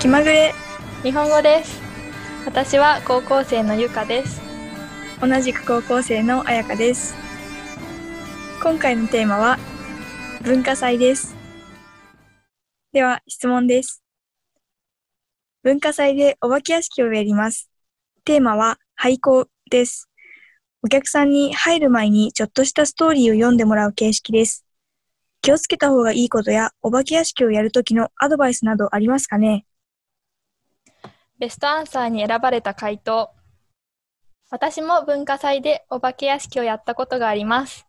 気まぐれ日本語です私は高校生のゆかです同じく高校生のあやかです今回のテーマは文化祭ですでは質問です文化祭でお化け屋敷をやりますテーマは廃校ですお客さんに入る前にちょっとしたストーリーを読んでもらう形式です気をつけた方がいいことやお化け屋敷をやるときのアドバイスなどありますかねベストアンサーに選ばれた回答私も文化祭でお化け屋敷をやったことがあります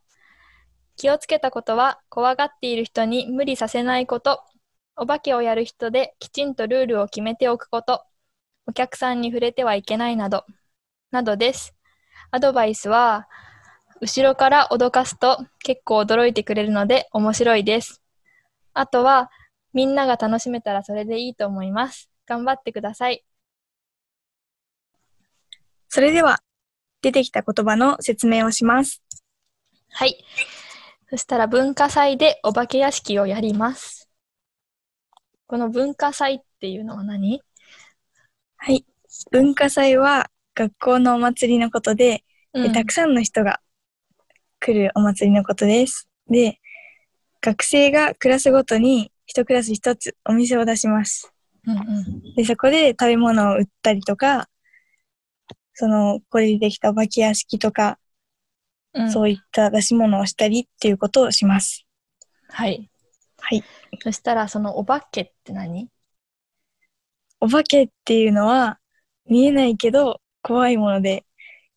気をつけたことは怖がっている人に無理させないことお化けをやる人できちんとルールを決めておくことお客さんに触れてはいけないなどなどですアドバイスは後ろから脅かすと結構驚いてくれるので面白いです。あとは、みんなが楽しめたらそれでいいと思います。頑張ってください。それでは出てきた言葉の説明をしますはい。そしたら文化祭でお化け屋敷をやります。この文化祭っていうのは何はい文化祭は学校のお祭りのことでうでんたくさんの人が来るお祭りのことです。で、学生がクラスごとに一クラス一つお店を出します。うんうんで、そこで食べ物を売ったりとか、その、これでできたお化け屋敷とか、うんそういった出し物をしたりっていうことをします。はい。はい。そしたらそのお化けって何お化けっていうのは見えないけど怖いもので、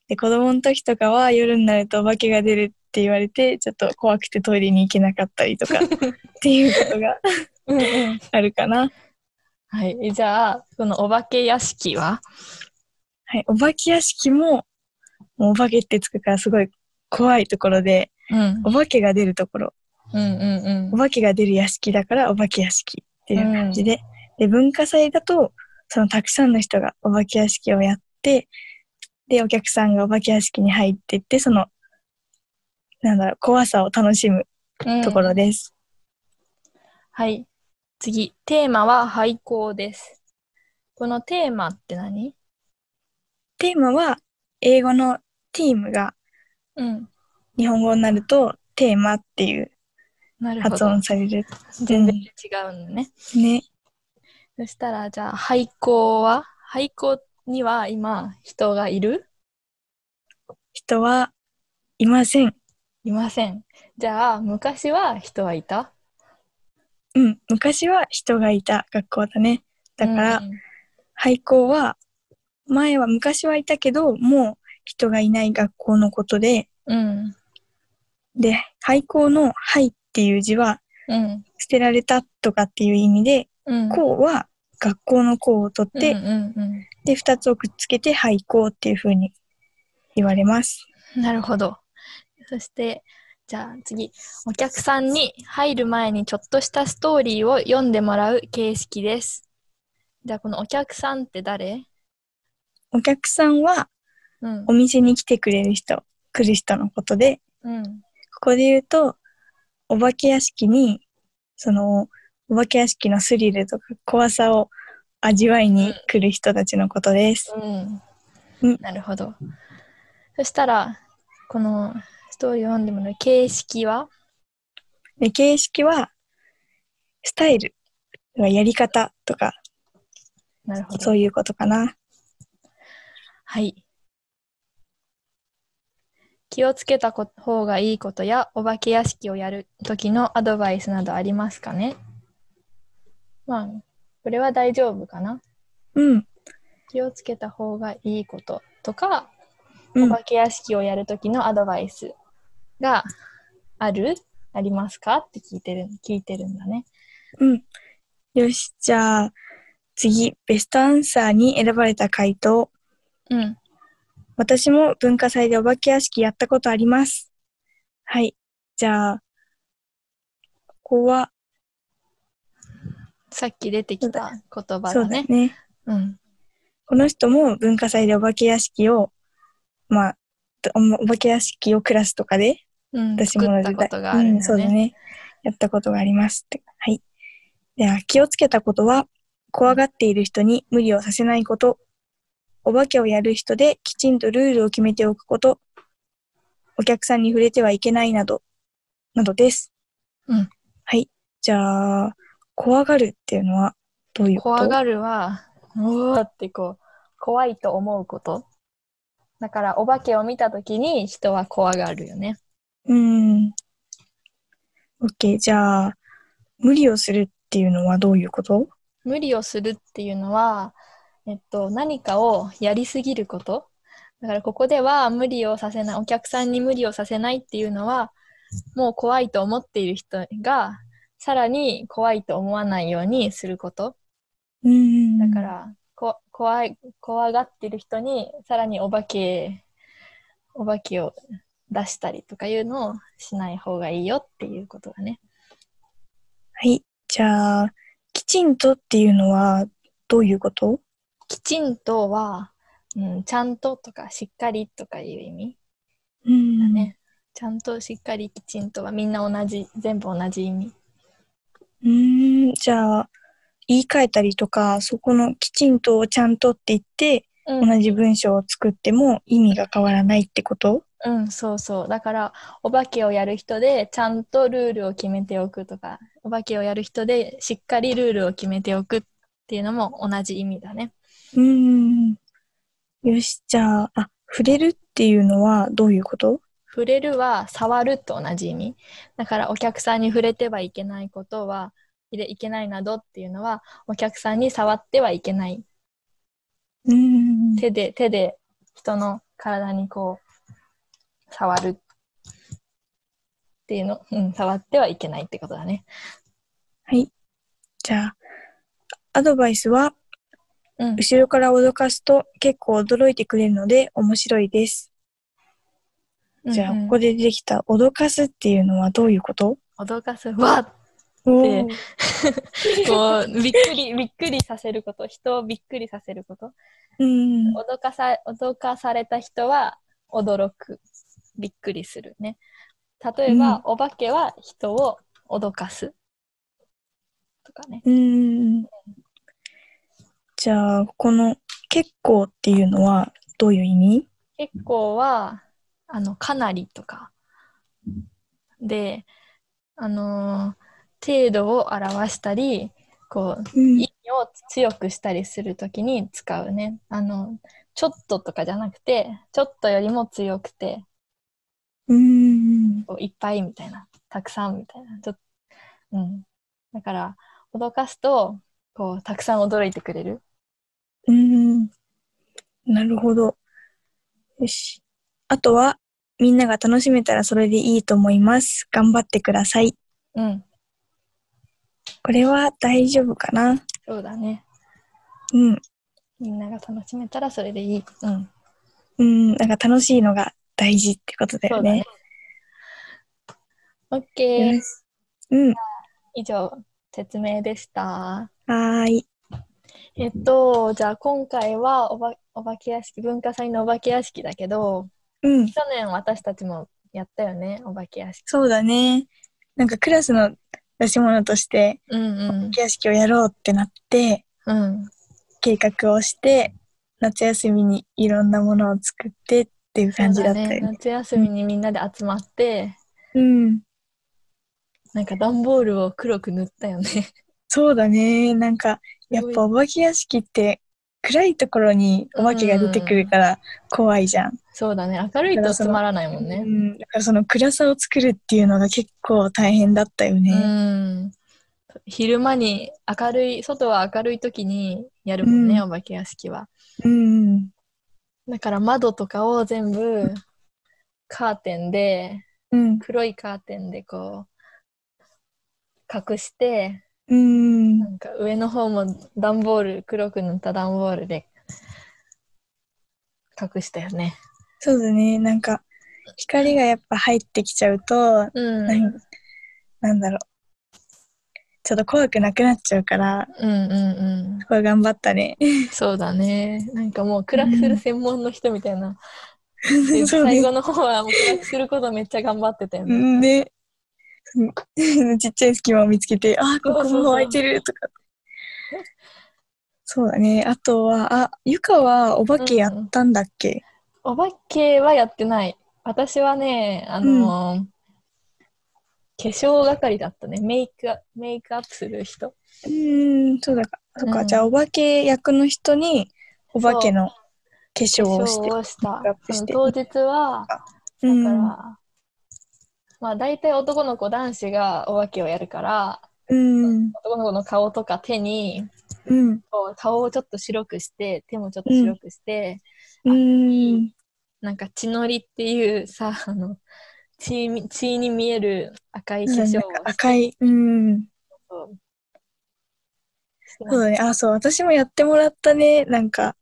で、子供の時とかは夜になるとお化けが出るって言われて、ちょっと怖くてトイレに行けなかった りとかっていうことがうんうん。あるかな。はい。じゃあ、そのお化け屋敷ははい、お化け屋敷も、もうお化けってつくからすごい怖いところで、うんお化けが出るところ、うんうんうんお。化けが出る屋敷だからお化け屋敷っていう感じで、で、文化祭だと、そのたくさんの人がお化け屋敷をやって、で、お客さんがお化け屋敷に入ってって、その、なんだろう、怖さを楽しむとこうんろです。はい。次、テーマは廃校です。このテーマって何テーマは、英語のティームがうん。日本語になると、テーマっていうなるほ発ど。音される。全然違うんだね。ね。そしたら、じゃあ、廃校は廃校には今、人がいる人はいません。いません。じゃあ、昔は人はいたうん、昔は人がいた学校だね。だから、うん廃校は、前は昔はいたけど、もう人がいない学校のことで、うん。で、廃校の廃っていう字は、うん。捨てられたとかっていう意味で、うん。校は学校の校を取っうんて、うんうんで、二つをくっつけて廃校っていう風に言われます。なるほど。そして、じゃあ次、お客さんに入る前にちょっとしたストーリーを読んでもらう形式です。じゃあこのお客さんって誰お客さんはうんお。店に来てくれる人、来る人のことで、うん。ここで言うと、お化け屋敷に、その、お化け屋敷のスリルとか怖さを味わいに来る人たちのことです。ううんん。なるほど。そしたら、このストーリーを読んでもらう形式はで、形式は、スタイル、やり方とか、なるほそど。ういうことかな。はい。気をつけたこ方がいいことや、お化け屋敷をやる時のアドバイスなどありますかねまあ、これは大丈夫かなうん。気をつけた方がいいこととか、うおん化け屋敷をやる時のアドバイスがあるありますかって聞いてる、聞いてるんだね。うん。よし、じゃあ、次、ベストアンサーに選ばれた回答。うん。私も文化祭でお化け屋敷やったことあります。はい。じゃあ、ここは、さっき出てきた言葉そうだだね。ね。うん。この人も文化祭でお化け屋敷を、まあ、とお化け屋敷をクラスとかでうん、出し作物ったでことがあうるんん、そだうだね。ね。やったことがありますって。はい。では、気をつけたことは、怖がっている人に無理をさせないこと、お化けをやる人できちんとルールを決めておくこと、お客さんに触れてはいけないなど、などです。うん。はい。じゃあ、怖がるっていうのはどういうこと怖がるは、うわーってこう、怖いと思うこと。だから、お化けを見たときに人は怖がるよね。うん。OK。じゃあ、無理をするっていうのはどういうこと無理をするっていうのは、えっと、何かをやりすぎること。だから、ここでは無理をさせない、お客さんに無理をさせないっていうのは、もう怖いと思っている人が、さらに怖いと思わないようにすること。うんだか。ら、こ怖い怖がってる人にさらにお化けお化けを出したりとかいうのをしない方がいいよっていうことがね。はい。じゃあ、きちんとっていうのはどういうこときちんとは、うん、ちゃんととかしっかりとかいう意味うんだね。ちゃんとしっかりきちんとはみんな同じ全部同じ意味。うーん、じゃあ、言い換えたりとか、そこのきちんとちゃんとって言って、うん、同じ文章を作っても意味が変わらないってことうん、そうそう。だから、お化けをやる人で、ちゃんとルールを決めておくとか、お化けをやる人で、しっかりルールを決めておくっていうのも同じ意味だね。うーん。よし、じゃあ、あ、触れるっていうのはどういうこと触れるは、触ると同じ意味。だから、お客さんに触れてはいけないことは、いれいけないなどっていうのは、お客さんに触ってはいけない。うーん。手で、手で人の体にこう、触るっていうの、うん、触ってはいけないってことだね。はい。じゃあ、アドバイスは、うん。後ろから脅かすと結構驚いてくれるので面白いです。じゃあ、うんうんここで出てきた脅かすっていうのはどういうこと脅かすわっおー こうびっくりびっくりさせること人をびっくりさせることうん。脅かさ脅かされた人は驚くびっくりするね例えば、うんお化けは人を脅かすとかねうーん。じゃあ、この結構っていうのはどういう意味結構はあのかなりとかであのー程度を表したりこううん意味を強くしたりするときに使うね。あの、ちょっととかじゃなくて、ちょっとよりも強くて、うん。こういっぱいみたいな、たくさんみたいな。ちょっうん。だから、脅かすと、こう、たくさん驚いてくれる。うん。なるほど。よし。あとは、みんなが楽しめたらそれでいいと思います。頑張ってください。うん。これは大丈夫かなそうだね。うん。みんなが楽しめたらそれでいい。うん。うん。なんか楽しいのが大事ってことだそようだねね。。OK。うん。以上、説明でした。はーい。えっと、じゃあ今回はおば、お化け屋敷、文化祭のお化け屋敷だけど、うん。去年私たちもやったよね、お化け屋敷。そうだね。なんかクラスの出し物として、うん屋敷をやろうってなって、うん。うん。計画をして夏休みにいろんなものを作ってっていう感じだったよね。う夏休みにみんなで集まって、ん、なんか段ボールを黒く塗ったよね。 そうだね。なんかやっぱお化け屋敷って暗いところにお化けが出てくるから怖いじゃん。そうだね、明るいとつまらないもんうね。ん、だからその暗さを作るっていうのが結構大変だったようね。ん。昼間に明るい、外は明るい時にやるもんね、うお化け屋敷は。うん、だから窓とかを全部カーテンで、うん、黒いカーテンでこう、隠して、うんな、んか上の方も段ボール黒く塗った段ボールで隠したよね。そうだね。なんか光がやっぱ入ってきちゃうと、うんなうんんなんだろう。ちょっと怖くなくなっちゃうから、うんこれ頑張ったね。うん。そうだね。なんかもう暗くする専門の人みたいな。でそう最ね後の方はもう暗くすることめっちゃ頑張ってたよね。で、 ちっちゃい隙間を見つけて、あー、ここも空いてるとか。そうだね。あとは、あ、ゆかはお化けやったんだっけ、お化けはやってない。私はね、あのー化粧係だったね。メイクア、メイクアップする人。うーん、そうだか。そっか、うんじゃあ、お化け役の人に、お化けの化化粧をして粧。をしたメイクアッ。プしてその当日は、だかうら、ん。まあ大体男の子男子がお化けをやるから、うん。男の子の顔とか手に、うん。こう顔をちょっと白くして、手もちょっと白くして、うん。なんか血のりっていうさ、 あの、血み血に見える赤い化粧をしなんてか赤い。うん。そうしてなんそうかだね。あ、そう。私もやってもらったね。なんか、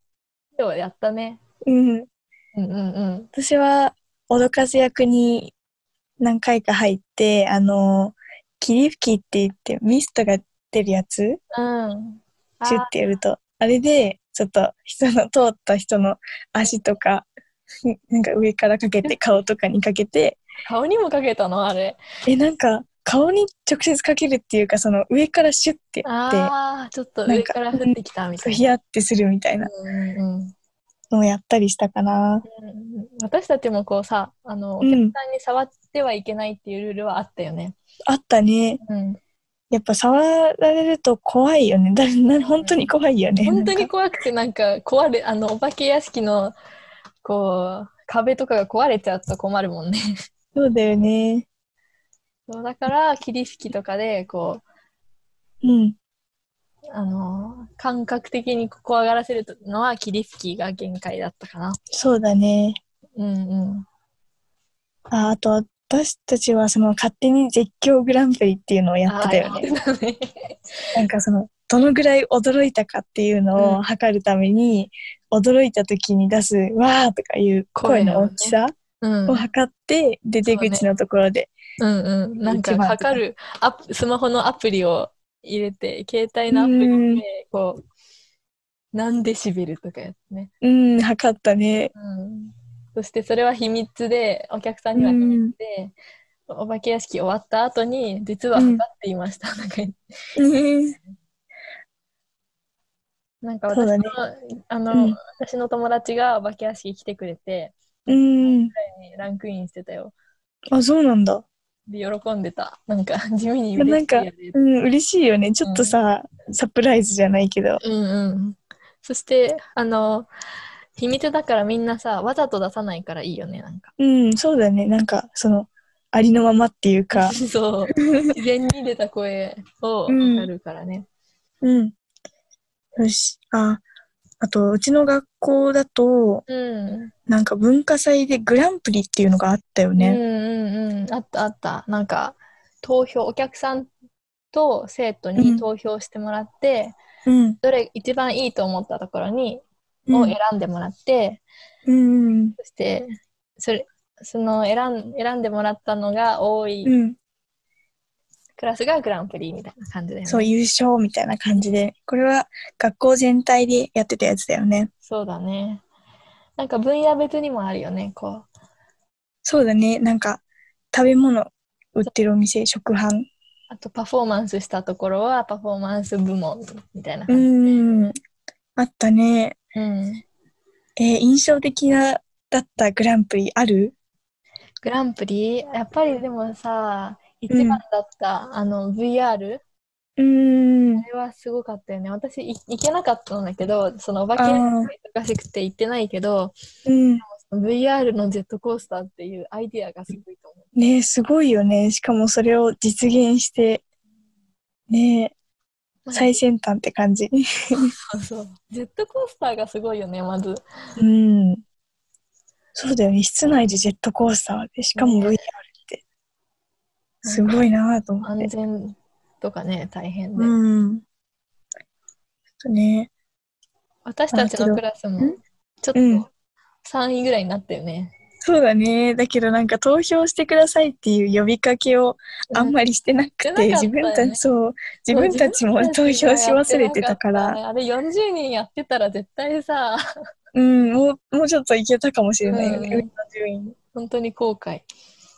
今日やったね。うん。うんうんうん。私は、脅かす役に何回か入って、あの、霧吹きって言って、ミストが出るやつ、うん。あシュッてやると、あれで、ちょっと人の、通った人の足とか、なんか上からかけ て、顔とかにかけて、顔にもかけたのあれ。え、なんか、顔に直接かけるっていうか、その上からシュッてやって、ああ、ちょっと上から降ってきたみたいヒな。ヤってするみたいなうんうんうんのをやったりしたかな。うん私たちもこうさ、あの、おう客ん、さんに触ってはいけないっていうルールはあったよね。あったね。うん。やっぱ触られると怖いよね。だな本当に怖いよね。本当なにんか怖くて、なんか壊れ、あの、お化け屋敷の、こう、壁とかが壊れちゃうと困るもんね。 そうだよね。そうだから、霧吹きとかで、こう、うん。あのー感覚的に怖がらせるのは霧吹きが限界だったかな。そうだね。うんうん。ああと、私たちはその勝手に絶叫グランプリっていうのをやってたよあね。ーやってたね。なんかその、どのぐらい驚いたかっていうのを測るために、驚いた時に出す、わーとかいう声の大きさうんを測って、出て口のところで。うんうん。なんか一番とか測るアプ、スマホのアプリを入れて、携帯のアプリで、こう、何デシベルとかやってね。うん、測ったね。うん。そしてそれは秘密で、お客さんにはう秘密ん。で、お化け屋敷終わった後に、実は測っていました。なんかうんなんかそう私の、だねあの、うん私の友達がお化け屋敷来てくれて、うん。ランクインしてたよ。あ、そうなんだ。で、喜んでた。なんか、 地味にいや嬉しいよね。うん、嬉しいよね。ちょっとさ、サプライズじゃないけど。うんうん。そして、あの、秘密だからみんなさ、わざと出さないからいいよね、なんか。。うん、そうだね。なんか、その、ありのままっていうか そう。自然に出た声をうんやるからね。うん。よし。あ、あと、うちの学校だと、うん。なんか文化祭でグランプリっていうのがあったようんね。うんうん。あったあった。なんか、投票、お客さんと生徒に投票してもらって、うん。どれ一番いいと思ったところに、うをん選んでもらって、うん。そしてそれその選ん選んでもらったのが多いうん。クラスがグランプリみたいな感じだよね。そう、優勝みたいな感じで。これは学校全体でやってたやつだよね。そうだね。なんか分野別にもあるよね。こうそうだね。なんか、食べ物売ってるお店、食販。あとパフォーマンスしたところはパフォーマンス部門みたいなう感じ。ん。あったね。うんえー印象的な、だったグランプリあるグランプリやっぱりでもさ一番だった、あの VR うん。あれはすごかったよね。私い行けなかったんだけどそのお化けあー忙しくて行ってないけど、うん。 VR のジェットコースターっていうアイディアがすごいと思う。ねえすごいよね。しかもそれを実現して、ねえ最先端って感じ。そうそう。ジェットコースターがすごいよね、まず。うん。そうだよね。室内でジェットコースターで、しかも VR って。すごいなぁと思っ安て。全とかね、大変で。うん。ちょっとね。私たちのクラスもうん、ちょっうんと3位ぐらいになったよね。そうだね。だけどなんか投票してくださいっていう呼びかけをあんまりしてなくて、うん自して分たなかったよねち、そう、自分たちも投票し忘れてたから、あれ40人やってたら絶対さ、うん、もう、もうちょっといけたかもしれないよね、うん上の順位。本当に後悔。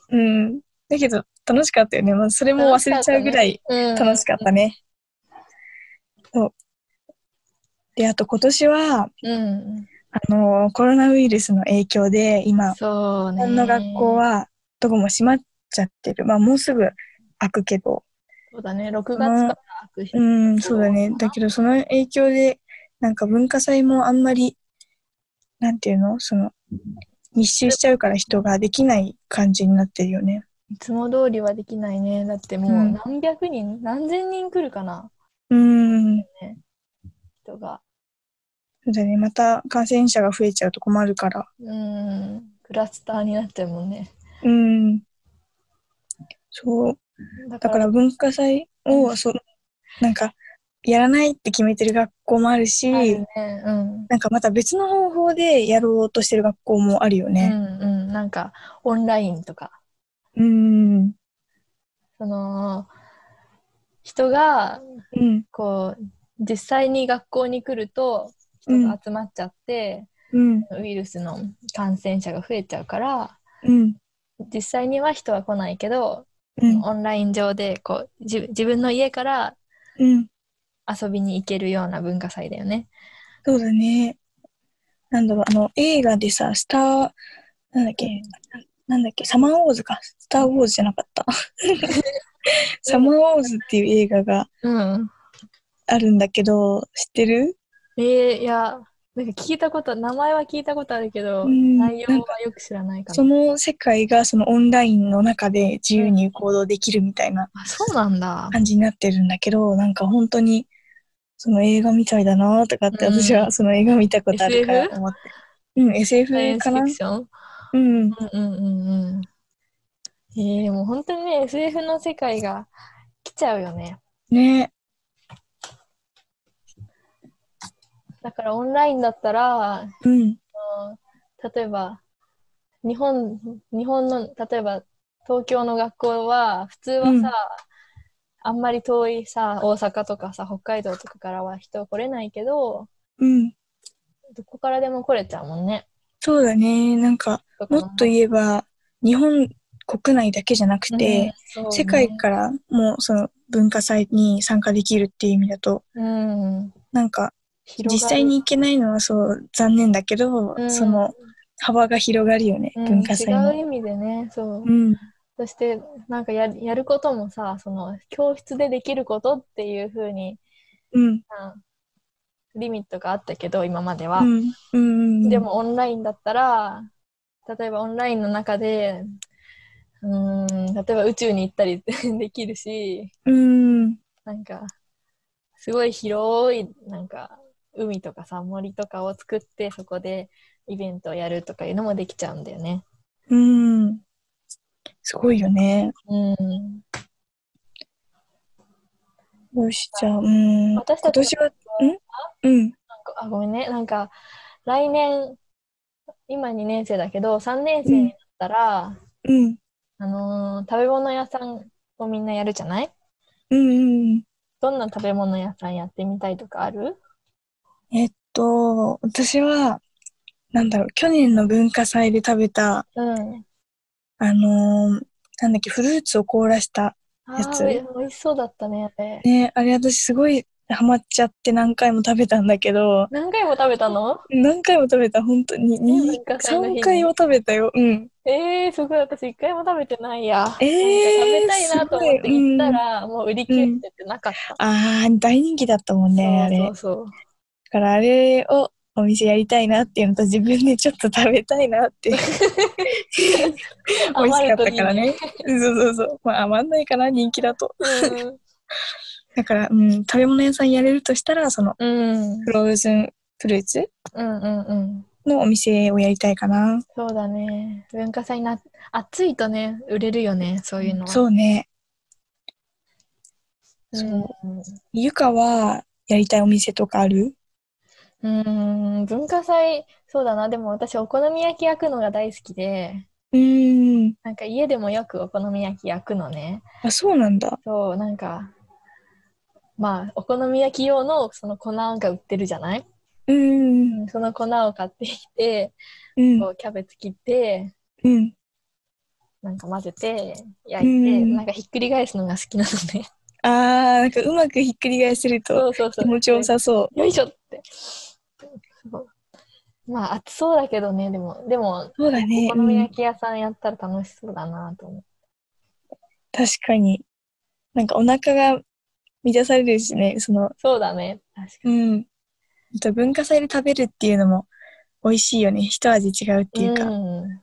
うん。だけど、楽しかったよね。まあ、それも忘れちゃうぐらいうん。楽しかったね。そう。で、あと今年は、うん。あの、コロナウイルスの影響で、今、そう日ね。本の学校はどこも閉まっちゃってる。まあ、もうすぐ開くけど。そうだね、6月から開く日うん、そうだね。だけど、その影響で、なんか文化祭もあんまり、なんていうのその、密集しちゃうから人ができない感じになってるよね。いつも通りはできないね。だってもううん何百人、何千人来るかな、うん、そ人が。うだね。また感染者が増えちゃうと困るから。うん、クラスターになっちゃうもんね。うん。そう。だか、だからら文化祭を、そう、なんか、やらないって決めてる学校もあるし、あるねうんなんかまた別の方法でやろうとしてる学校もあるようね。んうん、なんかオンラインとか、うん。その人がうん。こう実際に学校に来ると人が集まっちゃって、うん。ウイルスの感染者が増えちゃうから、うん。実際には人は来ないけど、うん。オンライン上でこうじ自分の家からうん。遊びに行けるような文化祭だよね。そうだね。なんだろう、あの、映画でさ、スター、なんだっけ、なんだっけ、サマーウォーズか。スターウォーズじゃなかった。サマーウォーズっていう映画がうん。あるんだけど、知ってるえー、いや、なんか聞いたこと、名前は聞いたことあるけど、うん内容はよく知らないかそも。の世界がそのオンラインの中で自由に行動できるみたいなあ、そうなんだ。感じになってるんだけど、なんか本当に、その映画みたいだなとかって、うん私はその映画見たことあるから SF？思って。うん、サイエ SF ンスかフィなクションうん。うんうんうんうん。えー、もう本当にね、SF の世界が来ちゃうよね。ねだからオンラインだったら、うん。例えば、日本、日本の、例えば、東京の学校は、普通はさ、うんあんまり遠いさ、大阪とかさ、北海道とかからは人来れないけど、うん。どこからでも来れちゃうもんね。そうだね。なんか、どこものっと言えば、日本国内だけじゃなくて、うん世界からもその文化祭に参加できるっていう意味だと、そうねうん、なんか、実広がる際に行けないのはそう、残念だけど、うんその幅が広がるよね、うん文化祭違うの。意味でねそう、うん。そしてなんかややることもさその教室でできることっていう風にうん。あリミットがあったけど今までは、うん。うん。で、もオンラインだったら例えばオンラインの中でうーん例えば宇宙に行ったり できるしうん。なんかすごい広いなんか海とかさ森とかを作ってそこでイベントをやるとかいうのもできちゃうんだよね。うん。すごいよね。うん、よし、じゃあ、うん。今私たち年は、んうん。あごめんねなんか来年今2年生だけど3年生になったら、うん。あのー食べ物屋さんをみんなやるじゃないうん。うん。どんな食べ物屋さんやってみたいとかあるえっと、私は、なんだろう、去年の文化祭で食べた、うん。あのーなんだっけ、フルーツを凍らした。あやつーおい美味しそうだったねあれ。ね、あれ私すごいハマっちゃって何回も食べたんだけど、何回も食べたの何回も食べた、本当に、文に化祭の日に3回は食べたよ。うん。えー、すごい私一回も食べてないや。なえーんか食べたいなと思ってすごい行ったら、もう売り切れててなかった。あー、大人気だったもんね、あれ。そだうそうそう。からあれをお店やりたいなっていうのと自分でちょっと食べたいなって。美 味しかったからね。そうそうそう。まあ余んないかな、人気だと。余るといいね。だから、うん、食べ物屋さんやれるとしたら、その、うん。うんフローズンフルーツうんうんうん。のお店をやりたいかな。そうだね。文化祭な、暑いとね、売れるよね、そういうのは。そうね。うそん。うゆかはやりたいお店とかあるうん、文化祭、そうだな。でも私、お好み焼き焼くのが大好きで、うーん。なんか家でもよくお好み焼き焼くのね。あ、そうなんだ。そう、なんか、まあ、お好み焼き用のその粉が売ってるじゃない、うーん。その粉を買ってきて、うんこ。うキャベツ切って、うん。なんか混ぜて、焼いて、うんなんかひっくり返すのが好きなのね。あー、なんかうまくひっくり返せるとそうそうそ気う。持ちよさそう。よいしょって。そうまあ、暑そうだけどね、でも、でも、そうだねお。好うみん、焼き屋さんやったら楽しそうだなと思確かに。なんかお腹が満たされるしね、そのう。、そうだね。確かうん。あと文化祭で食べるっていうのも美味しいよね。一味違うってに。いうか。ん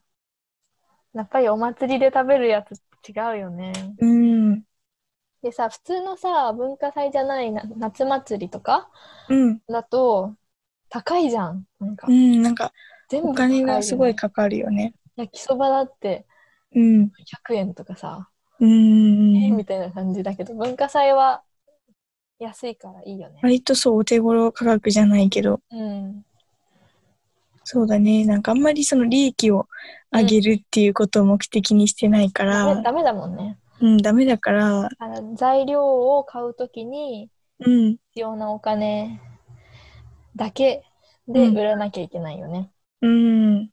やっぱりお祭りで食べるやつ違うよね。うん。でさ、普通のさ、文化祭じゃないな夏祭りとかうん。だと、高いじゃん。なんかう、ん。なんか全部お金がすご高いよねかかるよね。焼きそばだってうん。 100円とかさ、うん。えーみたいな感じだけど、文化祭は安いからいいよね。割とそう、お手頃価格じゃないけど、うん。そうだね。なんかあんまりその利益を上げるっていうことを目的にしてないから、ダメだもんね。うん、ダメだから、あの材料を買うときにうん、必要なお金だけでうん売らなきゃいけないよね。うん。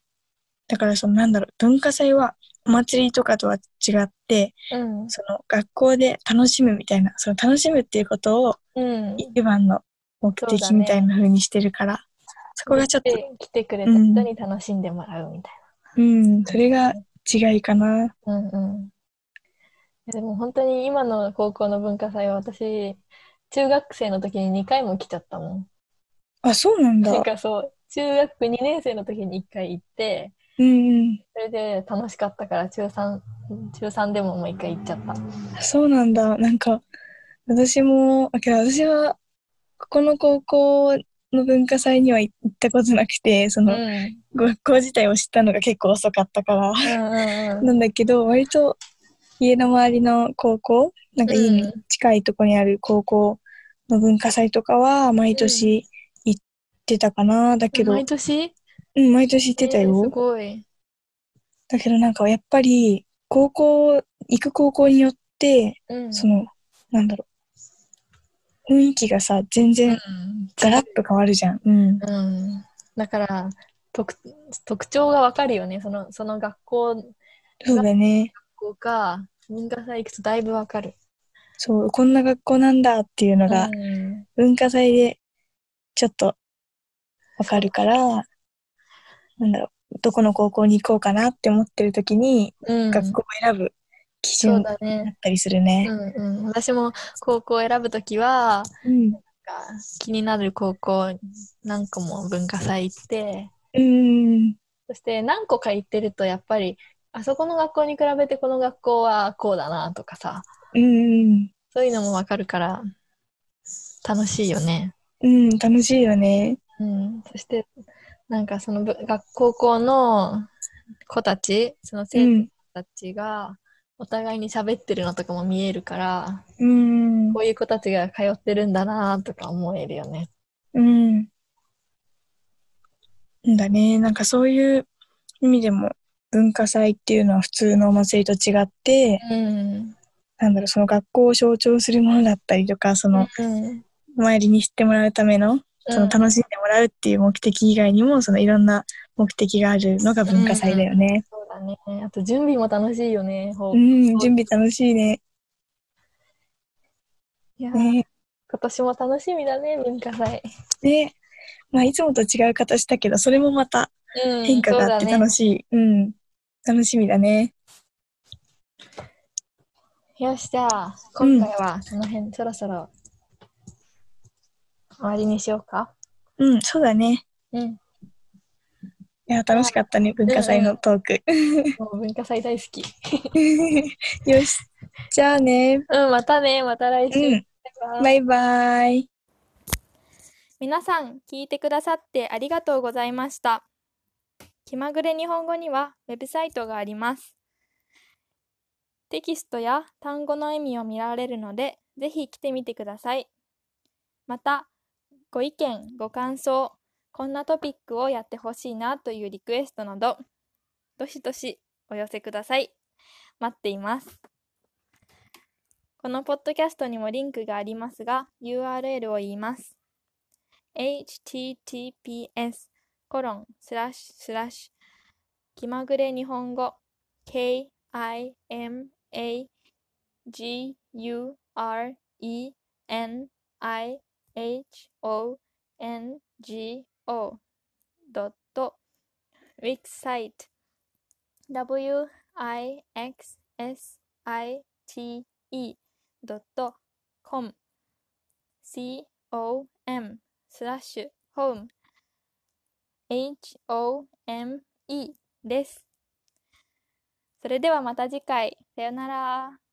だからそのなんだろう、文化祭はお祭りとかとは違って、うん。その学校で楽しむみたいな、その楽しむっていうことをうん。一番の目そうだ的ねみたいな風にしてるから、そこがちょっと、で、来てくれた人に楽しんでもらうみたいうん、それが違いかな。な。うんうん。でも本当に今の高校の文化祭は私、中学生の時に2回も来ちゃったもん。あ、そうなんなだん。かそう、中学2年生の時に1回行って、うん、うん。それで楽しかったから中3、中3でももう1回行っちゃった。そうなんだ。なんか、私も、あけど私は、ここの高校の文化祭には行ったことなくて、そうの、ん。学校自体を知ったのが結構遅かったから、 うんうんうん。なんだけど、割と家の周りの高校、なんか家に近いとこにある高校の文化祭とかは、毎年行ってたかな。だけど、毎年うん、毎年行ってたえーすよ。ごい。だけどなんか、やっぱり、高校、行く高校によって、うん。その、なんだろう。雰囲気がさ、全然ガラッと変わるじゃん。うん。うん。うん。だから、特特徴がわかるよね。その、その学校、学そうだね。校か、文化祭行くとだいぶわかる。そう、こんな学校なんだっていうのが、うん文化祭でちょっとわかるから、なんだろう、どこの高校に行こうかなって思ってる時に、うん。学校を選ぶ基そ準うだだっね。たりするうね。んうん。私も高校を選ぶときは、うん。なんか気になる高校何個も文化祭行って、うん。そして何個か行ってるとやっぱり、あそこの学校に比べてこの学校はこうだなとかさ、うん。そういうのもわかるから、楽しいよね。うん、楽しいよね。うん。そして、なんかそのぶ学校校の子たち、そのう生徒ん。たちが、お互いに喋ってるのとかも見えるから、うんこ。ういう子たちが通ってるんだなとか思えるよね。うん。んだね。なんかそういう意味でも文化祭っていうのは普通のお祭りと違って、うん。なんだろう、その学校を象徴するものだったりとか、そのうん。お参りに知ってもらうための、その楽しんでもらうっていう目的以外にも、そのいろんな目的があるのが文化祭だよね。そうだね。あと準備も楽しいよね。ほううん、準備楽しいね。いやーね。今年も楽しみだね、文化祭。ね。まあ、いつもと違う形だけど、それもまたうん変化があって楽ししい。うん。楽しみだね。い。よし、じゃあ、うん今回はその辺、そろそろ終わりにしようか。うん、そうだね。うん。いや、楽しかったね、文化祭のトーク。もう文化祭大好き。 よし。じゃあね。うん、またね、また来週。うん。バイバイバイバイ。皆さん聞いてくださってありがとうございました気まぐれ日本語にはウェブサイトがありますテキストや単語の意味を見られるのでぜひ来てみてくださいまたご意見ご感想こんなトピックをやってほしいなというリクエストなどどしどしお寄せください待っていますこのポッドキャストにもリンクがありますが URL を言います https コロンスラッシュスラッシュ気まぐれ日本語 kimagure E N I H O N G O ドット Wixsite W I X S I T E ドット com C O M スラッシュ home H O M E です。それではまた次回。さよなら。